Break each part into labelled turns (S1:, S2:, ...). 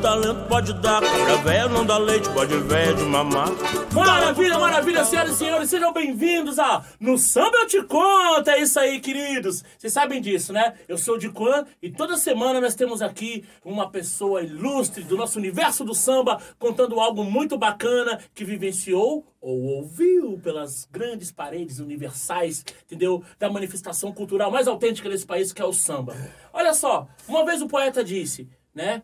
S1: talento pode dar. Cabra velho não dá leite, pode velho de mamar.
S2: Maravilha, maravilha, senhoras e senhores, sejam bem-vindos a No Samba Eu Te Conto. É isso aí, queridos. Vocês sabem disso, né? Eu sou o Dicuan e toda semana nós temos aqui uma pessoa ilustre do nosso universo do samba contando algo muito bacana que vivenciou ou ouviu pelas grandes paredes universais, entendeu? Da manifestação cultural mais autêntica desse país que é o samba. Olha só, uma vez o poeta disse, né?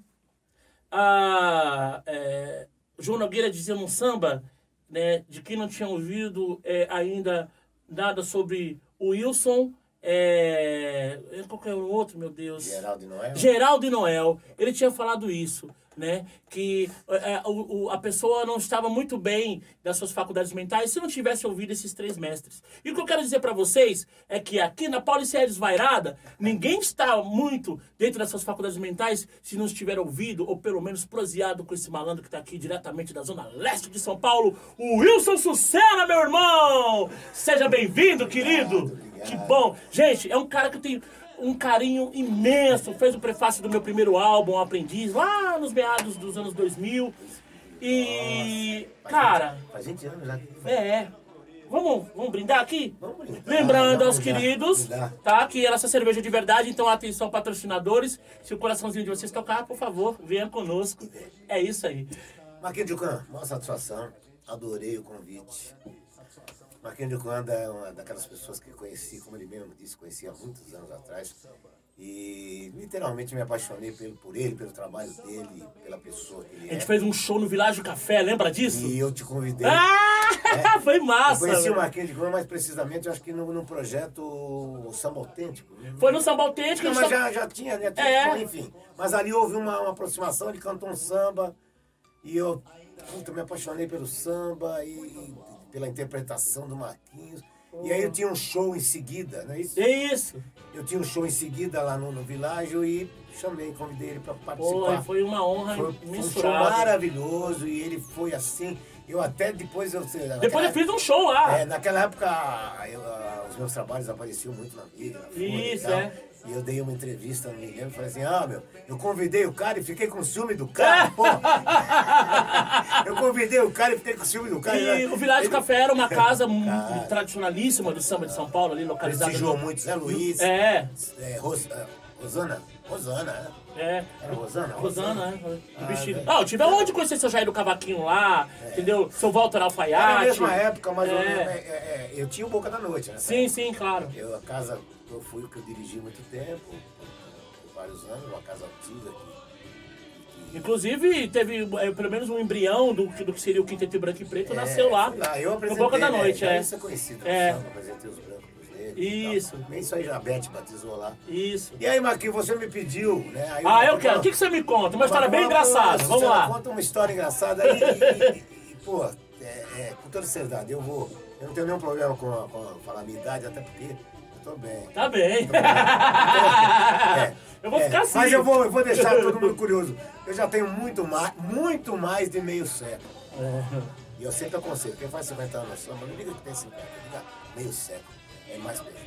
S2: a é, João Nogueira dizia num samba, né, de quem não tinha ouvido é, ainda nada sobre o Wilson, é, qual que é o outro, meu Deus?
S3: Geraldo é? e Noel?
S2: Geraldo e Noel, ele tinha falado isso, né? Que é, o- o- a pessoa não estava muito bem das suas faculdades mentais se não tivesse ouvido esses três mestres. E o que eu quero dizer para vocês é que aqui na Paulicéia Desvairada, ninguém está muito dentro das suas faculdades mentais se não estiver ouvido ou pelo menos proseado com esse malandro que tá aqui diretamente da Zona Leste de São Paulo, o Wilson Sucena, meu irmão! Seja bem-vindo, querido! Que bom! Gente, é um cara que tem um carinho imenso. Fez o prefácio do meu primeiro álbum, Um Aprendiz, lá nos meados dos anos 2000. E, cara,
S3: Faz 20 anos né? já.
S2: é. Vamos, vamos brindar aqui?
S3: Vamos brindar.
S2: Lembrando aos
S3: Vamos brindar,
S2: queridos,
S3: brindar.
S2: tá? Que essa cerveja é de verdade, então atenção, patrocinadores. Se o coraçãozinho de vocês tocar, por favor, venha conosco. É isso aí.
S3: Marquinhos Ducan, uma satisfação. Adorei o convite. Marquinhos Ducan é uma daquelas pessoas que conheci, como ele mesmo disse, conheci há muitos anos atrás. E literalmente me apaixonei pelo, por ele, pelo trabalho dele, pela pessoa que
S2: A
S3: ele
S2: gente
S3: é.
S2: fez um show no Világio Café, lembra disso?
S3: E eu te convidei.
S2: Ah, foi
S3: É. Eu
S2: massa!
S3: conheci o
S2: velho.
S3: Marquinhos Ducan mais precisamente, eu acho que num, num projeto Samba Autêntico. né?
S2: Foi no Samba Autêntico, a
S3: Não,
S2: gente
S3: mas
S2: tava-
S3: já, já tinha, né? Tinha,
S2: É.
S3: Enfim. Mas ali houve uma, uma aproximação, ele cantou um samba e eu puta, me apaixonei pelo samba e, e pela interpretação do Marquinhos. E aí eu tinha um show em seguida, não é isso?
S2: É isso!
S3: Eu tinha um show em seguida lá no, no Világio e chamei, convidei ele para
S2: Pô,
S3: participar.
S2: foi uma honra
S3: Foi- foi um show
S2: imensurável.
S3: maravilhoso e ele foi assim. Eu até depois eu sei, naquela
S2: Depois eu
S3: época-
S2: fiz um show lá.
S3: é, naquela época, eu, ah, os meus trabalhos apareciam muito na mídia, na Folha
S2: Isso,
S3: e tal.
S2: é.
S3: E eu dei uma entrevista, não me lembro, falei assim, ah, meu, eu convidei o cara e fiquei com ciúme do cara, pô. eu convidei o cara e fiquei com ciúme do cara. né?
S2: E o Vilares Café né? era
S3: É.
S2: uma casa mu- tradicionalíssima do samba de São Paulo, ali localizada.
S3: Prestigiou
S2: no-
S3: muito Zé Luiz,
S2: É,
S3: é, Ros- é, Rosana, Rosana, né?
S2: é.
S3: Era Rosana?
S2: Rosana, né?
S3: Ah,
S2: Vestido.
S3: velho.
S2: Ah, eu tive aonde conhecer seu Jair do Cavaquinho lá, entendeu? Seu Walter Alfaiate.
S3: Era a mesma época, mas eu,
S2: É.
S3: eu tinha o Boca da Noite, né?
S2: Sim, sim, claro.
S3: Eu, a casa que eu fui, que eu dirigi muito tempo, por, por vários anos, uma casa antiga que, que
S2: Inclusive, teve eh, pelo menos um embrião do, que- do que seria o Quinteto Branco e Preto,
S3: É,
S2: nasceu lá.
S3: fui Eu
S2: no
S3: apresentei,
S2: Boca da Noite,
S3: é.
S2: é.
S3: Isso é conhecido,
S2: É.
S3: é. apresentei os brancos pros negros.
S2: Isso.
S3: e tal. Nem isso aí já a Beth batizou lá.
S2: Isso.
S3: E aí, Marquinhos, você me pediu, né? Aí
S2: Ah, eu
S3: Marquinhos-
S2: quero. O que, que você me conta? Uma história bem
S3: Marquinhos,
S2: engraçada.
S3: você
S2: Vamos lá.
S3: Conta uma história engraçada aí. E, e- e, pô, é, é, com toda seriedade, eu vou. Eu não tenho nenhum problema com, a- com a- falar a minha idade, até porque eu tô bem.
S2: Tá bem.
S3: É,
S2: Eu vou
S3: é,
S2: ficar assim.
S3: Mas eu vou, eu vou deixar todo mundo curioso. Eu já tenho muito mais, muito mais de meio século. E eu sempre aconselho, quem faz 50 anos no samba, não liga que tem 50, liga meio século. É mais pesado.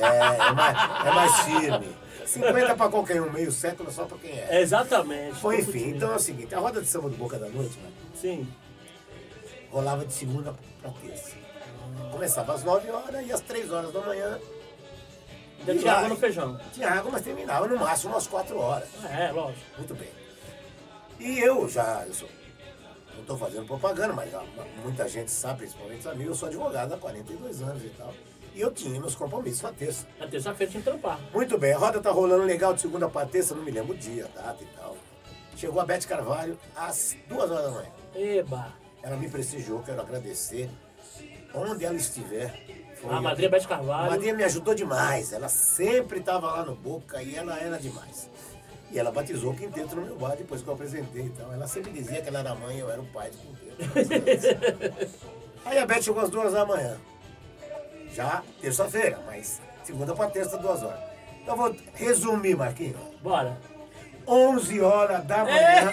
S3: É, é mais, é mais firme. 50 pra qualquer um, meio século só pra quem é.
S2: Exatamente.
S3: Bom, enfim, então é o seguinte, a roda de samba do Boca da Noite, né,
S2: Sim.
S3: rolava de segunda pra terça. Começava às 9 horas e às 3 horas da manhã.
S2: Já
S3: e
S2: tinha água no feijão.
S3: Tinha água, mas terminava no máximo às 4 horas.
S2: É, lógico.
S3: Muito bem. E eu já, eu sou, não estou fazendo propaganda, mas já- muita gente sabe, principalmente os amigos, eu sou advogado há 42 anos e tal. E eu tinha meus compromissos na terça.
S2: Na terça-feira tinha que trampar.
S3: Muito bem, a roda tá rolando legal de segunda para terça, não me lembro o dia, data e tal. Chegou a Beth Carvalho às duas horas da manhã.
S2: Eba.
S3: Ela me prestigiou, quero agradecer. Onde ela estiver. foi
S2: A madrinha Beth Carvalho.
S3: a Madrinha me ajudou demais. Ela sempre estava lá no Boca e ela era demais. E ela batizou o quinteto no meu bar depois que eu apresentei. Então, ela sempre dizia que ela era mãe, eu era o pai do quinteto. Aí a Beth chegou às duas da manhã. Já terça-feira, mas segunda para terça, duas horas. Então, eu vou resumir, Marquinhos.
S2: Bora.
S3: 11 horas da manhã.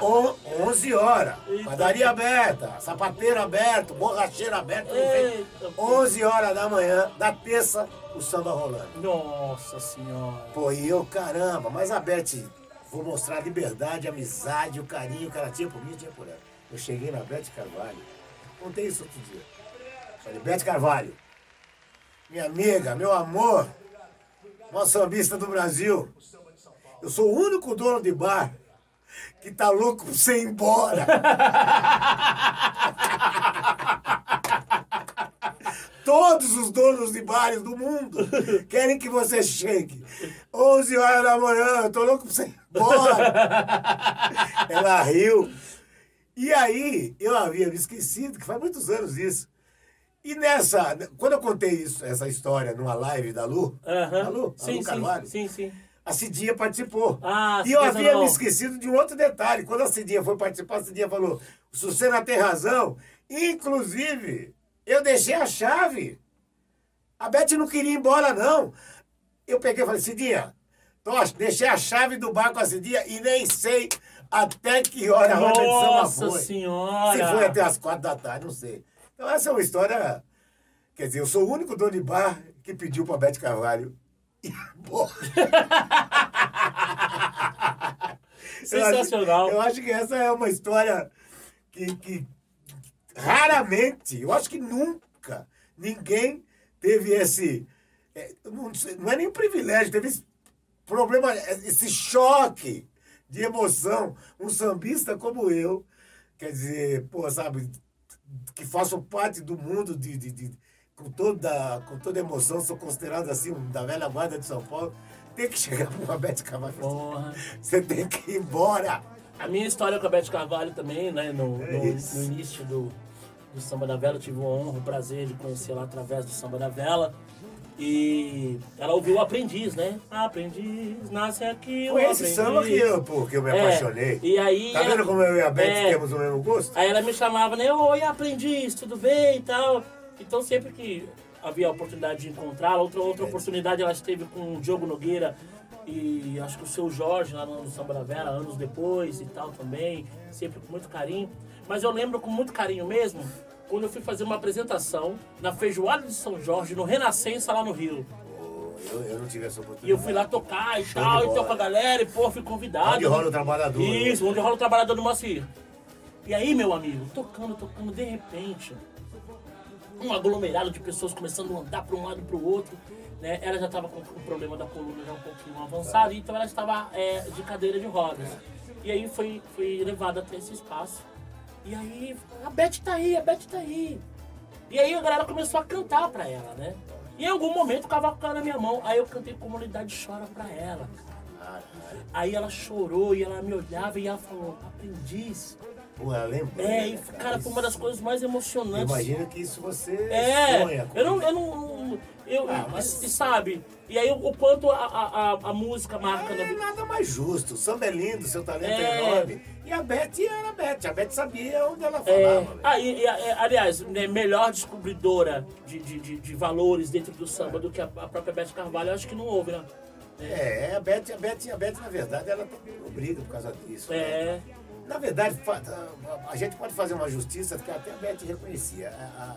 S3: on- 11 horas. Padaria aberta, sapateiro aberto, borracheiro aberto. tudo feito.
S2: Eita, pô.
S3: 11 horas da manhã, da terça, o samba rolando.
S2: Nossa senhora.
S3: Pô, e eu, caramba, mas a Beth, vou mostrar a liberdade, a amizade, o carinho que ela tinha por mim e tinha por ela. Eu cheguei na Beth Carvalho, contei isso outro dia. Falei, Beth Carvalho, minha amiga, meu amor, maior sambista do Brasil, eu sou o único dono de bar que tá louco pra você ir embora. Todos os donos de bares do mundo querem que você chegue. 11 horas da manhã, eu tô louco pra você ir embora. Ela riu. E aí, eu havia me esquecido, que faz muitos anos isso. E nessa, quando eu contei isso, essa história numa live da Lu,
S2: Aham.
S3: da Lu, a
S2: sim,
S3: Lu
S2: sim,
S3: Carvalho,
S2: sim, sim.
S3: a Cidinha participou.
S2: Ah,
S3: e eu
S2: certeza
S3: havia
S2: não.
S3: me esquecido de um outro detalhe. Quando a Cidinha foi participar, a Cidinha falou: o Sucena tem razão. Inclusive, eu deixei a chave. A Beth não queria ir embora, não. Eu peguei e falei: Cidinha, Tocha, deixei a chave do bar com a Cidinha e nem sei até que hora É a roda de samba
S2: Nossa
S3: foi.
S2: senhora.
S3: Se foi até as quatro da tarde, não sei. Então, essa é uma história. Quer dizer, eu sou o único dono de bar que pediu pra Beth Carvalho ir embora. Eu acho-
S2: Sensacional.
S3: Eu acho, que essa é uma história que, que raramente, eu acho que nunca, ninguém teve esse. é, não, sei, não é nem um privilégio, teve esse problema, esse choque de emoção. Um sambista como eu, quer dizer, pô, sabe, que faço parte do mundo de. de- de- com toda, com toda emoção, sou considerado assim, um da velha guarda de São Paulo. Tem que chegar para uma Beth Camargo.
S2: Porra.
S3: Você tem que ir embora.
S2: A minha história com a Beth Carvalho também, né? No,
S3: É
S2: no-
S3: isso.
S2: no início do, do Samba da Vela, eu tive a honra, o prazer de conhecê-la através do Samba da Vela. E ela ouviu o Aprendiz, né? Aprendiz, nasce aqui o
S3: Foi esse
S2: aprendiz.
S3: samba que eu, pô, que eu me
S2: É,
S3: apaixonei.
S2: e aí-
S3: Tá vendo como eu e a Beth
S2: É.
S3: temos o mesmo gosto?
S2: Aí ela me chamava, né? Oi, aprendiz, tudo bem e tal. Então sempre que havia a oportunidade de encontrá-la, outra, outra oportunidade ela esteve com o Diogo Nogueira e acho que o seu Jorge lá no Samba da Vera, anos depois e tal também, sempre com muito carinho. Mas eu lembro com muito carinho mesmo quando eu fui fazer uma apresentação na Feijoada de São Jorge, no Renascença, lá no Rio.
S3: Pô, eu, eu não tive essa oportunidade.
S2: E eu fui lá tocar e
S3: de
S2: tal, e
S3: bola.
S2: tal com a galera, e pô, fui convidado.
S3: Onde rola o trabalhador. né?
S2: Isso, onde rola o trabalhador do Macir. E aí, meu amigo, tocando, tocando, de repente, um aglomerado de pessoas começando a andar para um lado e para o outro. Né? Ela já estava com o problema da coluna já um pouquinho avançado, então ela estava é, de cadeira de rodas. E aí foi, foi levada até esse espaço. E aí, a Beth tá aí, a Beth tá aí. E aí a galera começou a cantar pra ela, né? E em algum momento o cavaco caiu na minha mão, aí eu cantei Comunidade Chora pra ela.
S3: Caralho.
S2: Aí ela chorou e ela me olhava e ela falou, aprendiz.
S3: Pô, ela lembra.
S2: É, e
S3: né,
S2: cara, foi uma das
S3: Isso-
S2: coisas mais emocionantes.
S3: Imagina que isso você
S2: É,
S3: sonha com.
S2: eu não, eu não, eu,
S3: Ah, mas-
S2: e, sabe, e aí o quanto a, a, a- a música marca na
S3: É
S2: vida.
S3: nada mais justo. O samba é lindo, seu talento
S2: É.
S3: é, enorme. E a Beth era a Beth. A Beth sabia onde ela
S2: É,
S3: falava. né? velho.
S2: ah, e- e- é, aliás, né, melhor descobridora de, de, de, de valores dentro do samba do que a, a própria Beth Carvalho, eu acho que não houve, né?
S3: É, a Beth, a Beth, a Beth, na verdade, ela briga por causa disso. né?
S2: É,
S3: Na verdade, fa- a- a gente pode fazer uma justiça que até a Beth reconhecia. A, a,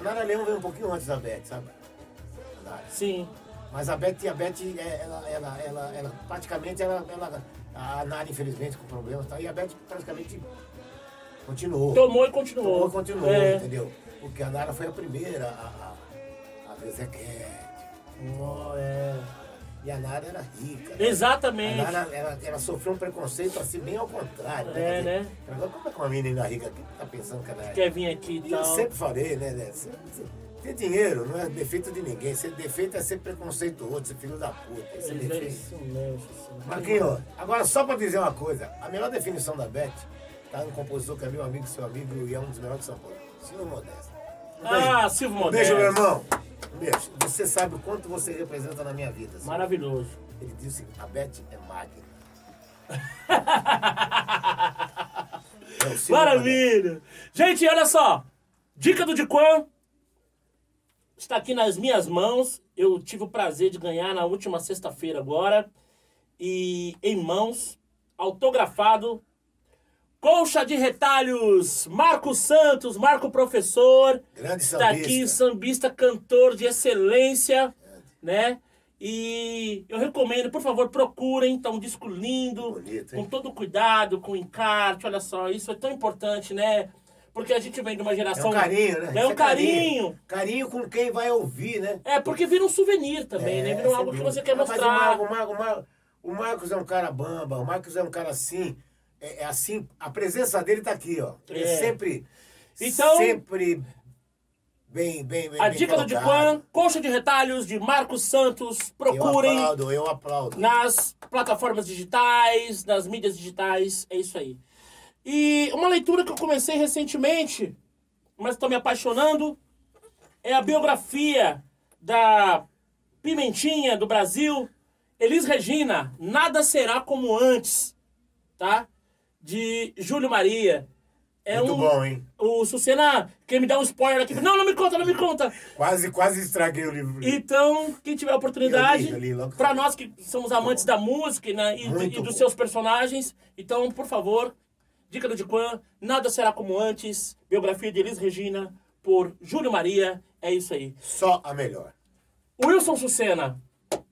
S3: a Nara Leão veio um pouquinho antes da Beth, sabe? A Nara.
S2: sim,
S3: Mas a Beth, a Beth é, ela, ela, ela, ela praticamente, ela, ela, a Nara, infelizmente, com problemas e tal, e a Beth praticamente continuou.
S2: tomou e continuou.
S3: Tomou, continuou,
S2: É.
S3: entendeu? Porque a Nara foi a primeira, a, a, a Ezequiel.
S2: Ó, é.
S3: E a Nara era rica.
S2: Exatamente.
S3: A Nara, ela, ela sofreu um preconceito assim, bem ao contrário.
S2: É,
S3: Quer dizer,
S2: né?
S3: Agora, como é que uma menina rica aqui tá pensando que ela é?
S2: Quer vir aqui e
S3: E eu
S2: tal.
S3: sempre falei, né? né se- se- ter dinheiro não é defeito de ninguém. Ser defeito é ser preconceituoso, ser filho da puta. Esse é
S2: Eles-
S3: defeito.
S2: eles- isso, isso.
S3: Marquinhos, agora só pra dizer uma coisa. A melhor definição da Beth tá um compositor que é meu amigo, seu amigo e é um dos melhores de São Paulo. Silvio Modesto. Um
S2: Ah, Silvio
S3: beijo.
S2: Modesto.
S3: Um beijo, meu irmão. Um beijo. Você sabe o quanto você representa na minha vida. Silvio.
S2: Maravilhoso.
S3: Ele disse, a Beth é máquina. É o Silvio
S2: Maravilha! Gente, olha só! Dica do Diquan está aqui nas minhas mãos. Eu tive o prazer de ganhar na última sexta-feira agora. E em mãos, autografado Colcha de Retalhos, Marco Santos, Marco Professor.
S3: Grande
S2: Tá aqui,
S3: sambista.
S2: sambista, cantor de excelência, né? E eu recomendo, por favor, procurem. Tá um disco lindo,
S3: Bonito, hein?
S2: com todo cuidado, com encarte. Olha só, isso é tão importante, né? Porque a gente vem de uma
S3: É
S2: geração.
S3: um carinho, né?
S2: É
S3: Isso
S2: um carinho.
S3: Carinho com quem vai ouvir, né?
S2: É, porque vira um souvenir também, né? Vira
S3: sem
S2: algo que
S3: dúvida.
S2: você quer
S3: Ah, mas
S2: mostrar.
S3: o, Marco, o, Marco, o, Marco- o Marcos é um cara bamba, o Marcos é um cara assim. É, é assim, a presença dele tá aqui, ó. Ele
S2: É.
S3: é sempre.
S2: Então-
S3: Sempre bem, bem, bem.
S2: A
S3: bem
S2: dica do Diquan,
S3: colocado.
S2: Colcha de Retalhos, de Marcos Santos. Procurem
S3: Eu aplaudo, eu aplaudo.
S2: nas plataformas digitais, nas mídias digitais, é isso aí. E uma leitura que eu comecei recentemente, mas estou me apaixonando, é a biografia da Pimentinha do Brasil, Elis Regina, Nada Será Como Antes, tá? De Júlio Maria. É
S3: Muito
S2: um,
S3: bom, hein?
S2: O Sucena quer me dar um spoiler aqui. Não, não me conta, não me conta.
S3: Quase, quase estraguei o livro.
S2: Então, quem tiver oportunidade,
S3: Eu li, eu li tá logo.
S2: pra nós que somos amantes da música né, e,
S3: Muito
S2: e
S3: bom.
S2: dos seus personagens, então, por favor, dica do Diquan, Nada Será Como Antes, biografia de Elis Regina, por Júlio Maria, é isso aí.
S3: Só a melhor.
S2: Wilson Sucena,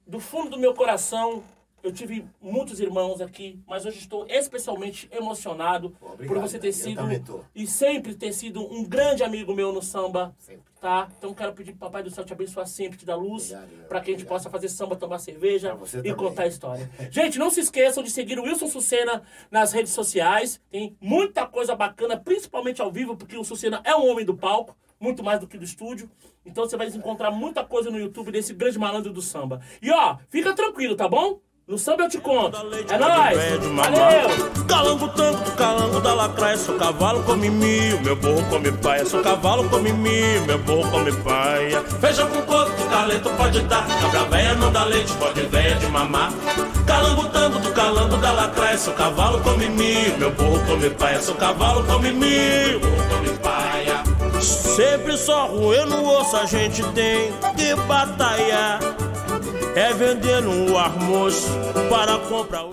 S2: do fundo do meu coração, eu tive muitos irmãos aqui, mas hoje estou especialmente emocionado
S3: obrigado,
S2: por você ter
S3: eu
S2: sido
S3: também tô.
S2: e sempre ter sido um grande amigo meu no samba.
S3: Sempre.
S2: Tá? Então quero pedir pro Papai do Céu te abençoar sempre, te dar luz,
S3: Obrigado, meu.
S2: para que a gente
S3: Obrigado.
S2: possa fazer samba, tomar cerveja
S3: Pra Ah, você
S2: e
S3: também.
S2: contar a história. gente, não se esqueçam de seguir o Wilson Sucena nas redes sociais. Tem muita coisa bacana, principalmente ao vivo, porque o Sucena é um homem do palco, muito mais do que do estúdio. Então você vai encontrar muita coisa no YouTube desse grande malandro do samba. E ó, fica tranquilo, tá bom? No samba eu te conto. É nóis! Valeu!
S1: Calango, tango, calango da lacraia Sou cavalo, come mio, meu burro come paia Sou cavalo, come mio, meu burro come paia Feijão com coco, que talento pode dar Cabra véia não dá leite, pode véia de mamar Calango, tango, do calango da lacraia Sou cavalo, come mio, meu burro come paia Sou cavalo, come mio, meu burro come paia Sempre só roer no osso a gente tem que batalhar É vender no almoço para comprar o...